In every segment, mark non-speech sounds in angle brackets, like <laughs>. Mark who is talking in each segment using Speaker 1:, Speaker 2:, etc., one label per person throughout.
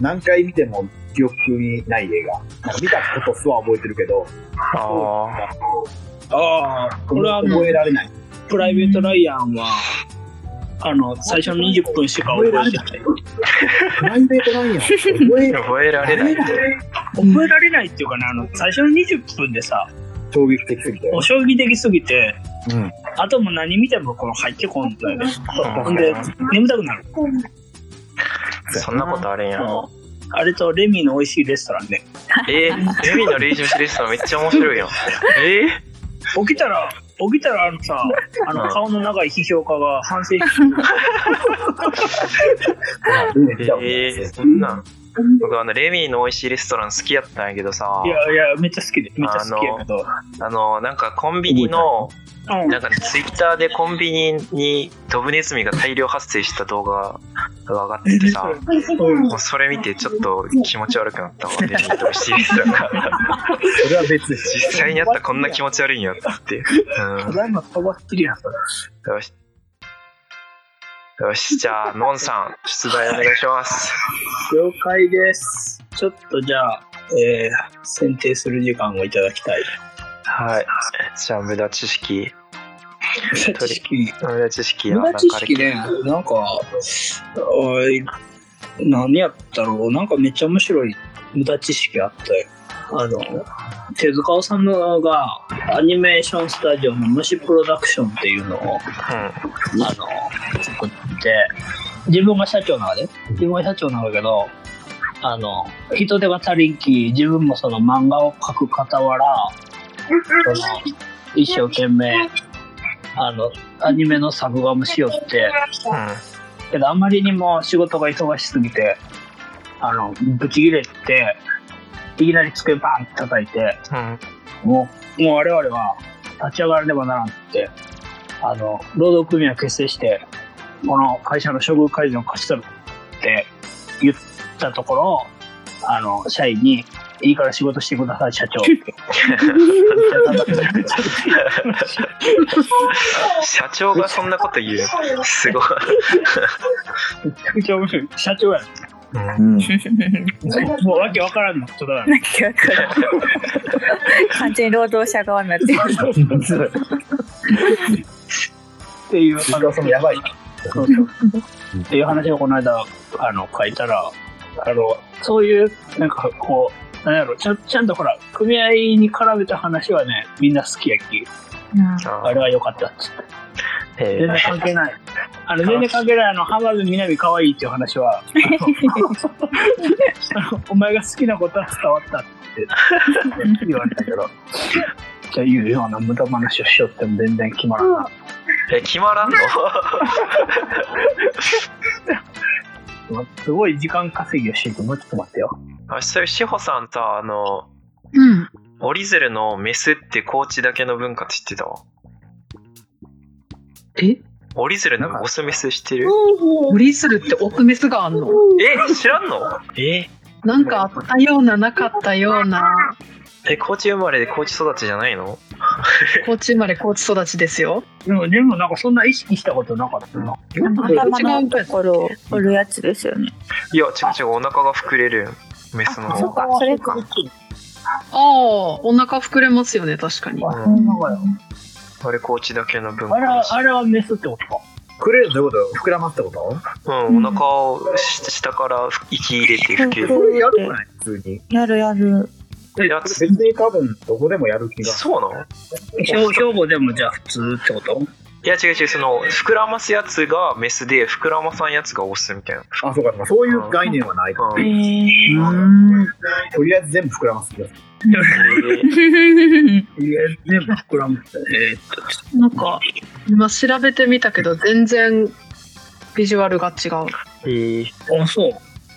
Speaker 1: 何回見ても記憶にない映画。なんか見たことすら覚えてるけど、
Speaker 2: ああ。
Speaker 3: ああ、これはもう
Speaker 1: 覚えられない。
Speaker 3: プライベート・ライアンは、あの、最初の20分しか覚えてない。
Speaker 1: プライベートラインや。覚え
Speaker 2: 覚えられ
Speaker 1: ら
Speaker 2: な
Speaker 1: れ
Speaker 2: い。
Speaker 1: ない。
Speaker 3: 覚えられないっていうかね、あの、最初の20分でさ、
Speaker 1: 衝撃的すぎて
Speaker 3: お。衝撃的すぎて、
Speaker 1: うん。
Speaker 3: あともう何見てもこの入ってこんとよね。ほんで
Speaker 2: うん、
Speaker 3: 眠たくなる。
Speaker 2: そんなことあるんや。
Speaker 3: あれとレミの美味しいレストランで、
Speaker 2: えー、レミのレイジムシリストめっちゃ面白いやん。え
Speaker 3: 起きたら、起きたらあのさ、あ
Speaker 2: うん
Speaker 3: の顔の長い批評家が反省し
Speaker 1: うん
Speaker 2: ー、
Speaker 1: じゃあ
Speaker 2: えー、そんなん。僕あの、レミの美味しいレストラン好きやったんやけどさ
Speaker 3: い、やいや、めっちゃ好きで、めっちゃ好きやけど。
Speaker 2: あの、なんかコンビニの、
Speaker 3: うん
Speaker 2: なんかツイッターでコンビニにドブネズミが大量発生した動画が上がっててさ、もうそれ見てちょっと気持ち悪くなったわ、レミの美味しいレストランが。
Speaker 1: それは別です。
Speaker 2: 実際にあったらこんな気持ち悪いんやって。うん
Speaker 3: ただいま飛ばってるやん。
Speaker 2: よし。よし、じゃあ、のんさん、出題お願いします。
Speaker 3: 了解です。ちょっとじゃあ、えー、選定する時間をいただきたい。
Speaker 2: はい。じゃあ、無駄知識。
Speaker 3: 無駄知識。
Speaker 2: 無駄知識
Speaker 3: 無駄知識ね、なんか、おい何やったろう、なんかめっちゃ面白い無駄知識あったよ。あの、手塚治虫がアニメーションスタジオの虫プロダクションっていうのを、
Speaker 2: う
Speaker 3: あの、作って、自分が社長なわけね自分が社長なんだけど、あの、人手が足りんき、自分もその漫画を描く傍ら、その、一生懸命、あの、アニメの作画もしよって、
Speaker 2: ん。うん。
Speaker 3: けどあまりにも仕事が忙しすぎて、あの、ぶち切れて、いきなり机バーンって叩いて、
Speaker 2: うん。
Speaker 3: もう、もう我々は立ち上がらねばならんって、あの、労働組合を結成して、この会社の処遇改善を勝ち取るって言ったところ、あの、社員に、いいから仕事してください、社長
Speaker 1: <laughs>
Speaker 3: って。
Speaker 2: 社長がそんなこと言う。すごい。
Speaker 3: めちゃくちゃ面白い。社長や。
Speaker 2: うん
Speaker 1: うん。 <laughs>
Speaker 3: もうわけわからんのことだな。
Speaker 4: なんかわからん完全に労働者側になってる
Speaker 3: ってい
Speaker 1: <laughs>
Speaker 3: う
Speaker 1: 藤川さんもやばい。
Speaker 3: そうそうっていう話をこの間あの書いたらあのそういうなんかこうなんやろちゃんちゃんとほら組合に絡めた話はねみんな好きやき
Speaker 4: な
Speaker 3: あ
Speaker 2: あ
Speaker 3: れは良かったっつって
Speaker 2: え
Speaker 3: 全然
Speaker 2: ー
Speaker 3: 関係 <laughs> ないあの全然関係ないあの浜辺美波可愛いっていう話は <laughs> あのあのお前が好きなことは伝わったって言われたけどじゃあ言うような無駄話をしよっても全然決まらない
Speaker 2: え、決まらんの <laughs>
Speaker 3: すごい時間稼ぎをしてると思うちょっと待ってよ
Speaker 2: あそういう志保さんさ、あの、
Speaker 4: うん
Speaker 2: 折り鶴のメスって高知だけの文化って知ってたわ。
Speaker 5: え
Speaker 2: 折り鶴のオスメス知ってる
Speaker 5: 折り鶴ってオスメスがあんの
Speaker 2: え、知らんのえ
Speaker 5: なんかあったようななかったような
Speaker 2: え、高知生まれで高知育ちじゃないの
Speaker 5: 高知生まれ高知育ちですよ
Speaker 3: でも、でもなんかそんな意識したことなかったな。
Speaker 4: 頭のところを折るやつですよね
Speaker 2: いや、違う違う、お腹が膨れるよメスの
Speaker 4: そ
Speaker 2: 方
Speaker 4: う
Speaker 2: が。
Speaker 4: かそれか
Speaker 5: ああお腹膨れますよね確かに
Speaker 3: あ、
Speaker 2: う
Speaker 3: そんなことよ。
Speaker 2: あれ、高知だけの文
Speaker 3: あれ
Speaker 2: 化
Speaker 3: は、あれはメスってことか。
Speaker 1: くれるどういうこと膨らますってこと
Speaker 2: うん、お腹をし下から息入れて吹け
Speaker 4: そ
Speaker 2: る。
Speaker 4: う
Speaker 1: これやるくない普通に。
Speaker 4: やるやる
Speaker 2: いや、
Speaker 1: 別に多分どこでもやる気が。
Speaker 2: そうなの
Speaker 3: 兵兵庫でもじゃあ普通ってこと
Speaker 2: いや、違う違う、その、膨らますやつがメスで、膨らまさんやつがオスみたいな。
Speaker 1: あ、そうかそうか、そういう概念はないか。
Speaker 2: う
Speaker 4: へ
Speaker 2: ん。
Speaker 4: え
Speaker 3: うん。
Speaker 1: とりあえず全部膨らますってこと。
Speaker 3: いや、全部膨らむ。えーっと、
Speaker 5: なんか今調べてみたけど全然ビジュアルが違う
Speaker 2: えー、
Speaker 3: あ、そう。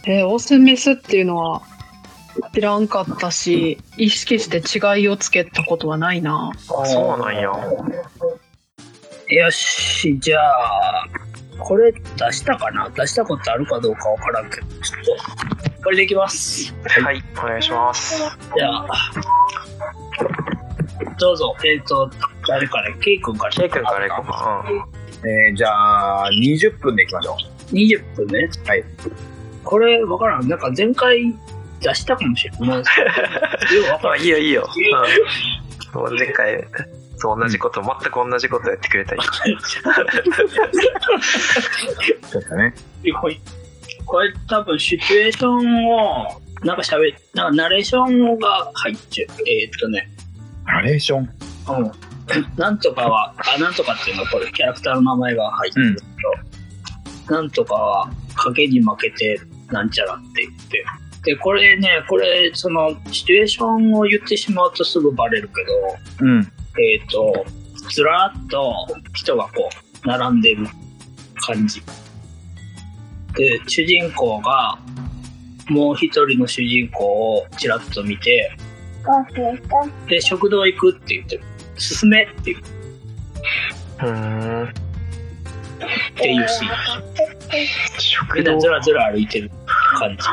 Speaker 5: えーオスメスっていうのは知らんかったし意識して違いをつけたことはないな
Speaker 2: あそうなんや。
Speaker 3: よし、じゃあ、これ出したかな出したことあるかどうかわからんけど、ちょっと、これでいきます。
Speaker 2: はい、お願いします。
Speaker 3: じゃあ、どうぞ。えーっと、誰からケイ君から。
Speaker 2: ケイ君からいこうか。
Speaker 1: えー、じゃあ、20分でいきましょう。
Speaker 3: 20分ね。
Speaker 1: はい。
Speaker 3: これ、わからん。なんか前回出したかもしれ
Speaker 2: <laughs>
Speaker 3: ない。もうようわか
Speaker 2: ま
Speaker 3: ら
Speaker 2: あ
Speaker 3: ん
Speaker 2: いいよいいよ、うん、もう前回そう同じこと、全く同じことやってくれたり
Speaker 6: そうだね。
Speaker 3: これこれ多分シチュエーションを、なんか喋っ、なんかナレーションが入っちゃう。えー、っとね、
Speaker 6: ナレーション。
Speaker 3: うん。 <coughs> なんとかは、あ、なんとかっていうのはこれ、キャラクターの名前が入ってるんだけど、なんとかは、影に負けて、なんちゃらって言って。で、これね、これ、その、シチュエーションを言ってしまうとすぐバレるけど、
Speaker 6: うん。
Speaker 3: えっ、と、ずらーっと人がこう、並んでる感じ。で、主人公が、もう一人の主人公をちらっと見て、で、食堂行くって言ってる。進めって言
Speaker 2: う
Speaker 3: う
Speaker 2: ん
Speaker 3: っていうシーン。
Speaker 2: 食
Speaker 3: 普段
Speaker 2: 堂
Speaker 3: ずらずら歩いてる感じ。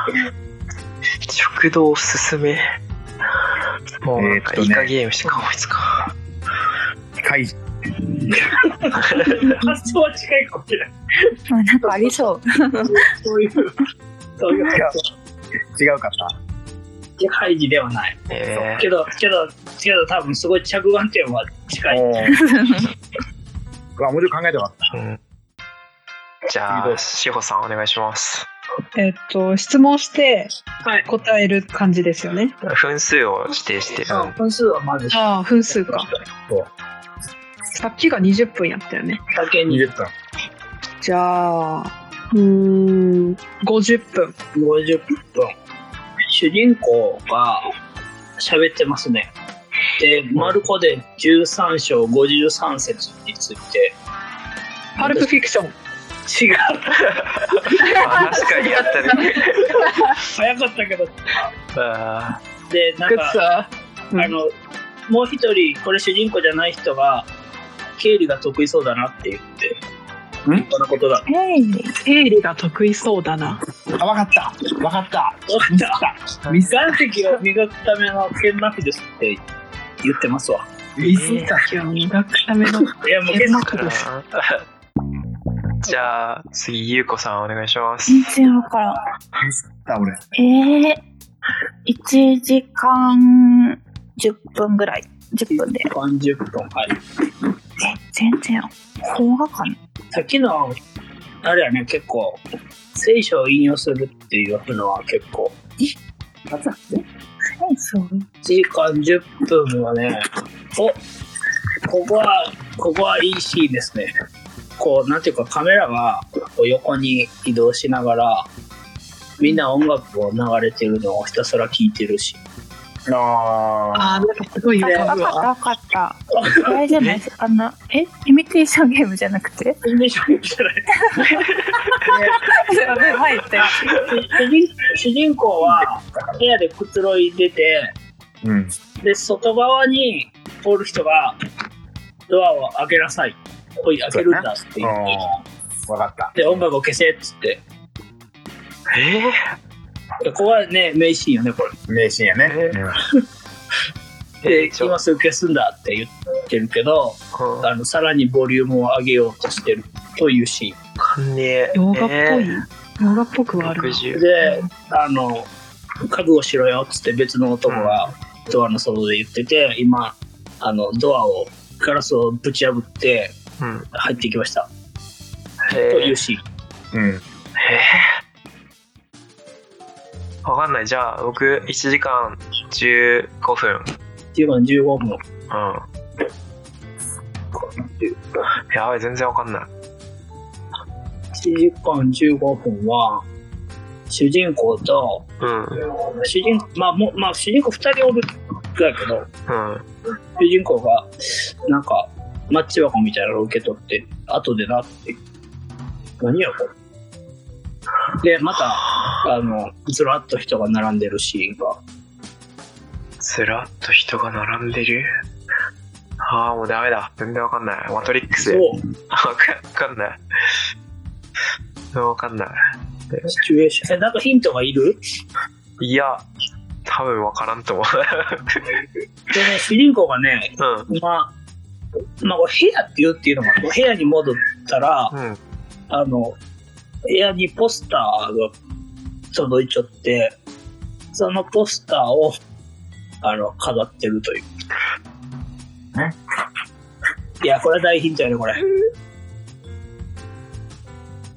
Speaker 2: 食堂おすすめもうなんか
Speaker 6: えーっと
Speaker 2: イ
Speaker 6: ね
Speaker 2: カゲームしか思いつか
Speaker 6: 怪
Speaker 3: <laughs> 発想は近いかもしれない。
Speaker 4: まあ、なんかありそう。
Speaker 3: そういう、そういう発想。
Speaker 6: 違うかった。
Speaker 3: いや会議ではない。
Speaker 2: んえ
Speaker 3: けど、けど、けど多分すごい着眼点は近い。
Speaker 6: おーうわ、もうちょっと考えてもらった。
Speaker 2: ーうん、じゃあ志保さんお願いします
Speaker 5: えっと、質問して
Speaker 3: はい。
Speaker 5: 答える感じですよね。
Speaker 2: 分数を指定して、う
Speaker 3: あ
Speaker 2: ん
Speaker 3: 分数はまず
Speaker 5: ああ、分数か。
Speaker 6: そう
Speaker 5: さっきが20分やったよね。
Speaker 3: だけに
Speaker 6: 20分。
Speaker 5: じゃあ、うーん、50分。
Speaker 3: 50分主人公が喋ってますねで「マルコ」で13章53節について
Speaker 5: パルプフィクション。
Speaker 3: 違う
Speaker 2: あ確かにあったね
Speaker 3: 早かったけど
Speaker 2: あ
Speaker 3: でなん
Speaker 5: グ
Speaker 3: か
Speaker 5: ッさ。うん
Speaker 3: あのもう一人これ主人公じゃない人が経理が得意そうだなって言って
Speaker 6: ん
Speaker 3: 立派なことだ
Speaker 4: えい
Speaker 5: 経理が得意そうだな。
Speaker 6: あ、わかった。わかった。
Speaker 3: わかった岩石を磨くための剣マフですって言ってますわ
Speaker 6: ミスった。
Speaker 5: 今日磨くための。
Speaker 3: いやもう剣
Speaker 5: 剣 <laughs>
Speaker 3: マ
Speaker 5: マ
Speaker 3: フ
Speaker 5: フ
Speaker 2: ー
Speaker 5: です
Speaker 2: じゃあ次ゆうこさんお願いします
Speaker 4: 全然わからん。
Speaker 6: ミスった、俺。
Speaker 4: ええー、1時間10分ぐらい。10分で。
Speaker 3: 30分はい
Speaker 4: 全然、邦画かな
Speaker 3: さっきのあれはね結構聖書を引用するっていうのは結構
Speaker 4: そう。
Speaker 3: 1時間10分はねおここはここはいいシーンですねこうなんていうかカメラがこう横に移動しながらみんな音楽を流れてるのをひたすら聴いてるし
Speaker 6: あ
Speaker 5: ああ、なんかすごい
Speaker 4: 分
Speaker 5: ね。
Speaker 4: かった、分かった。大丈夫です。あの、えイミテーションゲームじゃなくて
Speaker 3: イメージがいいじゃない
Speaker 4: 入って。
Speaker 3: 主人 <laughs> 主人公は部屋でくつろいでて
Speaker 6: ー。うん。
Speaker 3: で外側におる人がドアを開けなさいおい開けるんだって言って
Speaker 6: あーわかった。
Speaker 3: で音楽を消せっつって
Speaker 2: えー
Speaker 3: でここはね名シーンよねこ
Speaker 6: 名シーンやね。
Speaker 2: え
Speaker 6: うん
Speaker 3: れ
Speaker 2: え
Speaker 3: で
Speaker 2: ちょ
Speaker 3: 今すぐ消すんだって言ってるけど
Speaker 2: うん
Speaker 3: あのさらにボリュームを上げようとしてるというシ
Speaker 2: かんねえ
Speaker 5: 洋画っぽい
Speaker 2: え。
Speaker 5: 洋画っぽくはあるな。
Speaker 3: ーン
Speaker 2: 60
Speaker 3: であの覚悟しろよっつって別の男がドアの外で言ってて今あのドアをガラスをぶち破って
Speaker 2: うん
Speaker 3: 入ってきました
Speaker 2: え
Speaker 3: とい
Speaker 2: ー
Speaker 3: うシーン
Speaker 6: うん。
Speaker 2: わかんないじゃあ僕1時間15分
Speaker 3: っていうのが15分
Speaker 2: うん。やばい、全然わかんない。
Speaker 3: 1時間15分は主人公と
Speaker 2: うん。
Speaker 3: 主人まあもうまあ主人公2人おるぐらいやけど
Speaker 2: うん。
Speaker 3: 主人公がなんかマッチ箱みたいなのを受け取って後でなって何やこれでまたあのずらっと人が並んでるシーンが
Speaker 2: ずらっと人が並んでる。ああ、もうダメだ。全然わかんない。マトリックス
Speaker 3: そ
Speaker 2: で。
Speaker 3: う
Speaker 2: わかわかんない。わかんな
Speaker 3: シチュエーションえなんかヒントがいる
Speaker 2: い。いや、多分わからんと思
Speaker 3: でね主人公がね
Speaker 2: う。うん。
Speaker 3: まあまあこれ部屋って言うっていうのが部屋に戻ったら
Speaker 2: <laughs> うん。
Speaker 3: あの、部屋にポスターが届いちゃって、そのポスターを、あの、飾ってるという。いや、これ大ヒントやね、これ。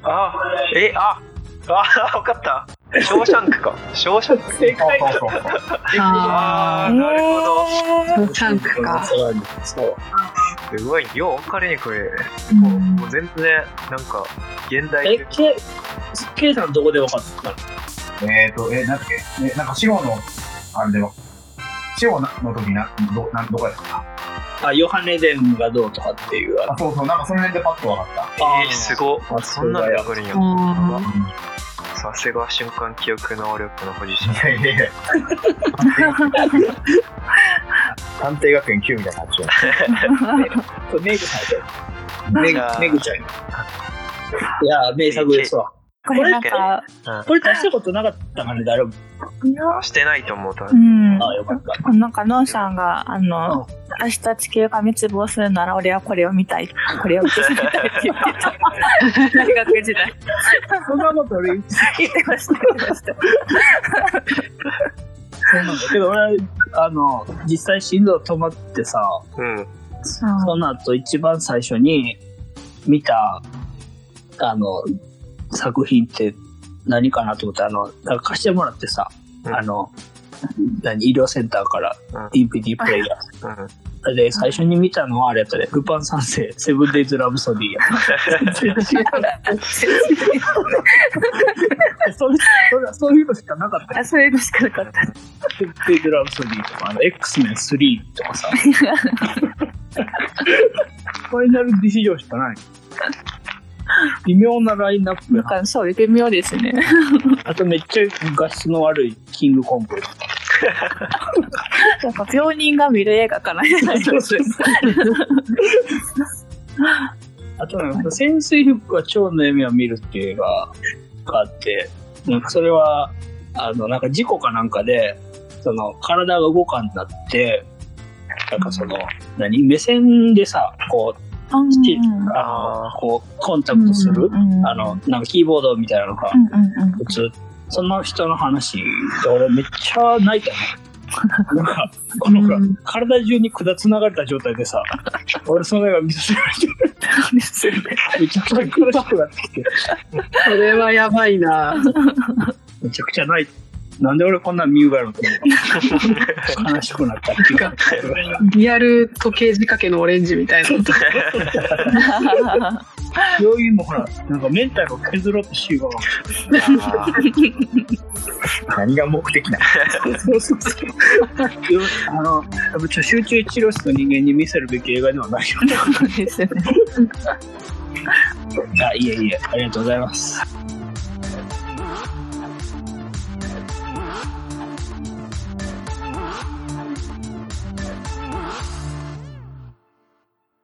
Speaker 2: あ、え、あ、あ、 <laughs> わかった。ショーシャンクか。ショーシャンク。正解。
Speaker 6: そうそうそう。
Speaker 2: あー、なるほ
Speaker 5: そうチャンクか。
Speaker 3: そう。
Speaker 2: ど。すごい、よう分かれね、これ。
Speaker 4: うん
Speaker 2: もう全然、なんか、現代
Speaker 3: え
Speaker 2: 的、
Speaker 3: け、ケイさんどこで分かったの
Speaker 6: えーと、え、なんだっけえ、なんか、シオの、あれでも、シオの時な、ど、なん、どこやった
Speaker 3: あ、ヨハネデンがどうとかっていう。あ
Speaker 6: あ、そうそう、なんかその辺でパッとわかった。
Speaker 2: えー、すご
Speaker 3: あ
Speaker 2: そんなんで分かるんや。
Speaker 5: あ
Speaker 2: さすが瞬間記憶能力の保持者
Speaker 6: い。やい <laughs> やいや。探偵学園9みたいな感じじゃ
Speaker 3: これメイクされて
Speaker 2: じゃあ
Speaker 3: る。メイクちゃんや。いや、名作ですわ。
Speaker 4: これなんか、
Speaker 3: これ出したことなかったからね、誰も。
Speaker 4: いや
Speaker 2: あしてないと思うと
Speaker 4: う。ん。
Speaker 3: あ、よかった。
Speaker 4: なんか、ノンさんが、あの、明日地球が滅亡するなら俺はこれを見たい。これを見てみたいって言ってた。大学時代。
Speaker 3: <laughs> そんなこと俺
Speaker 4: 言ってました、言ってました。
Speaker 3: そうなんだけど俺あの実際心臓止まってさ
Speaker 2: うん。
Speaker 3: その後一番最初に見たあの作品って何かなと思ってあのなんか貸してもらってさ、
Speaker 2: うん
Speaker 3: あの何医療センターから
Speaker 2: うん
Speaker 3: DVD プレイヤ
Speaker 2: うん。
Speaker 3: ーで最初に見たのはあれやったね「ルパン三世セブンデイズ・ラブソディ」
Speaker 2: <laughs>
Speaker 3: や全然違うそれそれそういうのしかなかった
Speaker 4: あ、それでしかなかった。
Speaker 3: セブンデイズ・ラブソディとかあの X メン3とかさファイナル D 市場しかない。微妙なラインナップ
Speaker 4: な
Speaker 3: や
Speaker 4: んか、そう、微妙ですね。
Speaker 3: あとめっちゃ画質の悪いキングコンプ。
Speaker 4: なんか、病人が見る映画かな。
Speaker 3: あとなんか潜水服は蝶の闇を見るっていう映画があって、なんかそれは、あの、なんか事故かなんかで、その体が動かんなって、なんかその、何目線でさ、こう、父あの、こう、コンタクトする、
Speaker 4: うん
Speaker 3: あの、なんかキーボードみたいなのが
Speaker 4: うんうんうん
Speaker 3: 普通、その人の話で俺めっちゃ泣いたね。なんか、このほら、
Speaker 4: うん
Speaker 3: 体中に管つながれた状態でさ、 <laughs> 俺その映画見させられて、
Speaker 4: そうですよね。
Speaker 3: めちゃくちゃ苦しくなってきて、
Speaker 5: それはやばいな。
Speaker 3: めちゃくちゃ泣いなんで俺こんなん見うがるのと思う悲しくなったっていうか、
Speaker 5: リアル時計仕掛けのオレンジみたいな。
Speaker 3: 病院もほら、なんかメンタルを削ろうとしよう。
Speaker 2: あー
Speaker 6: ん。何が目的なの
Speaker 3: そうそうそう。あの、多分ちょ集中治療室の人間に見せるべき映画ではない <laughs> よ。
Speaker 4: そうですね。
Speaker 3: あ、いえいえ、ありがとうございます。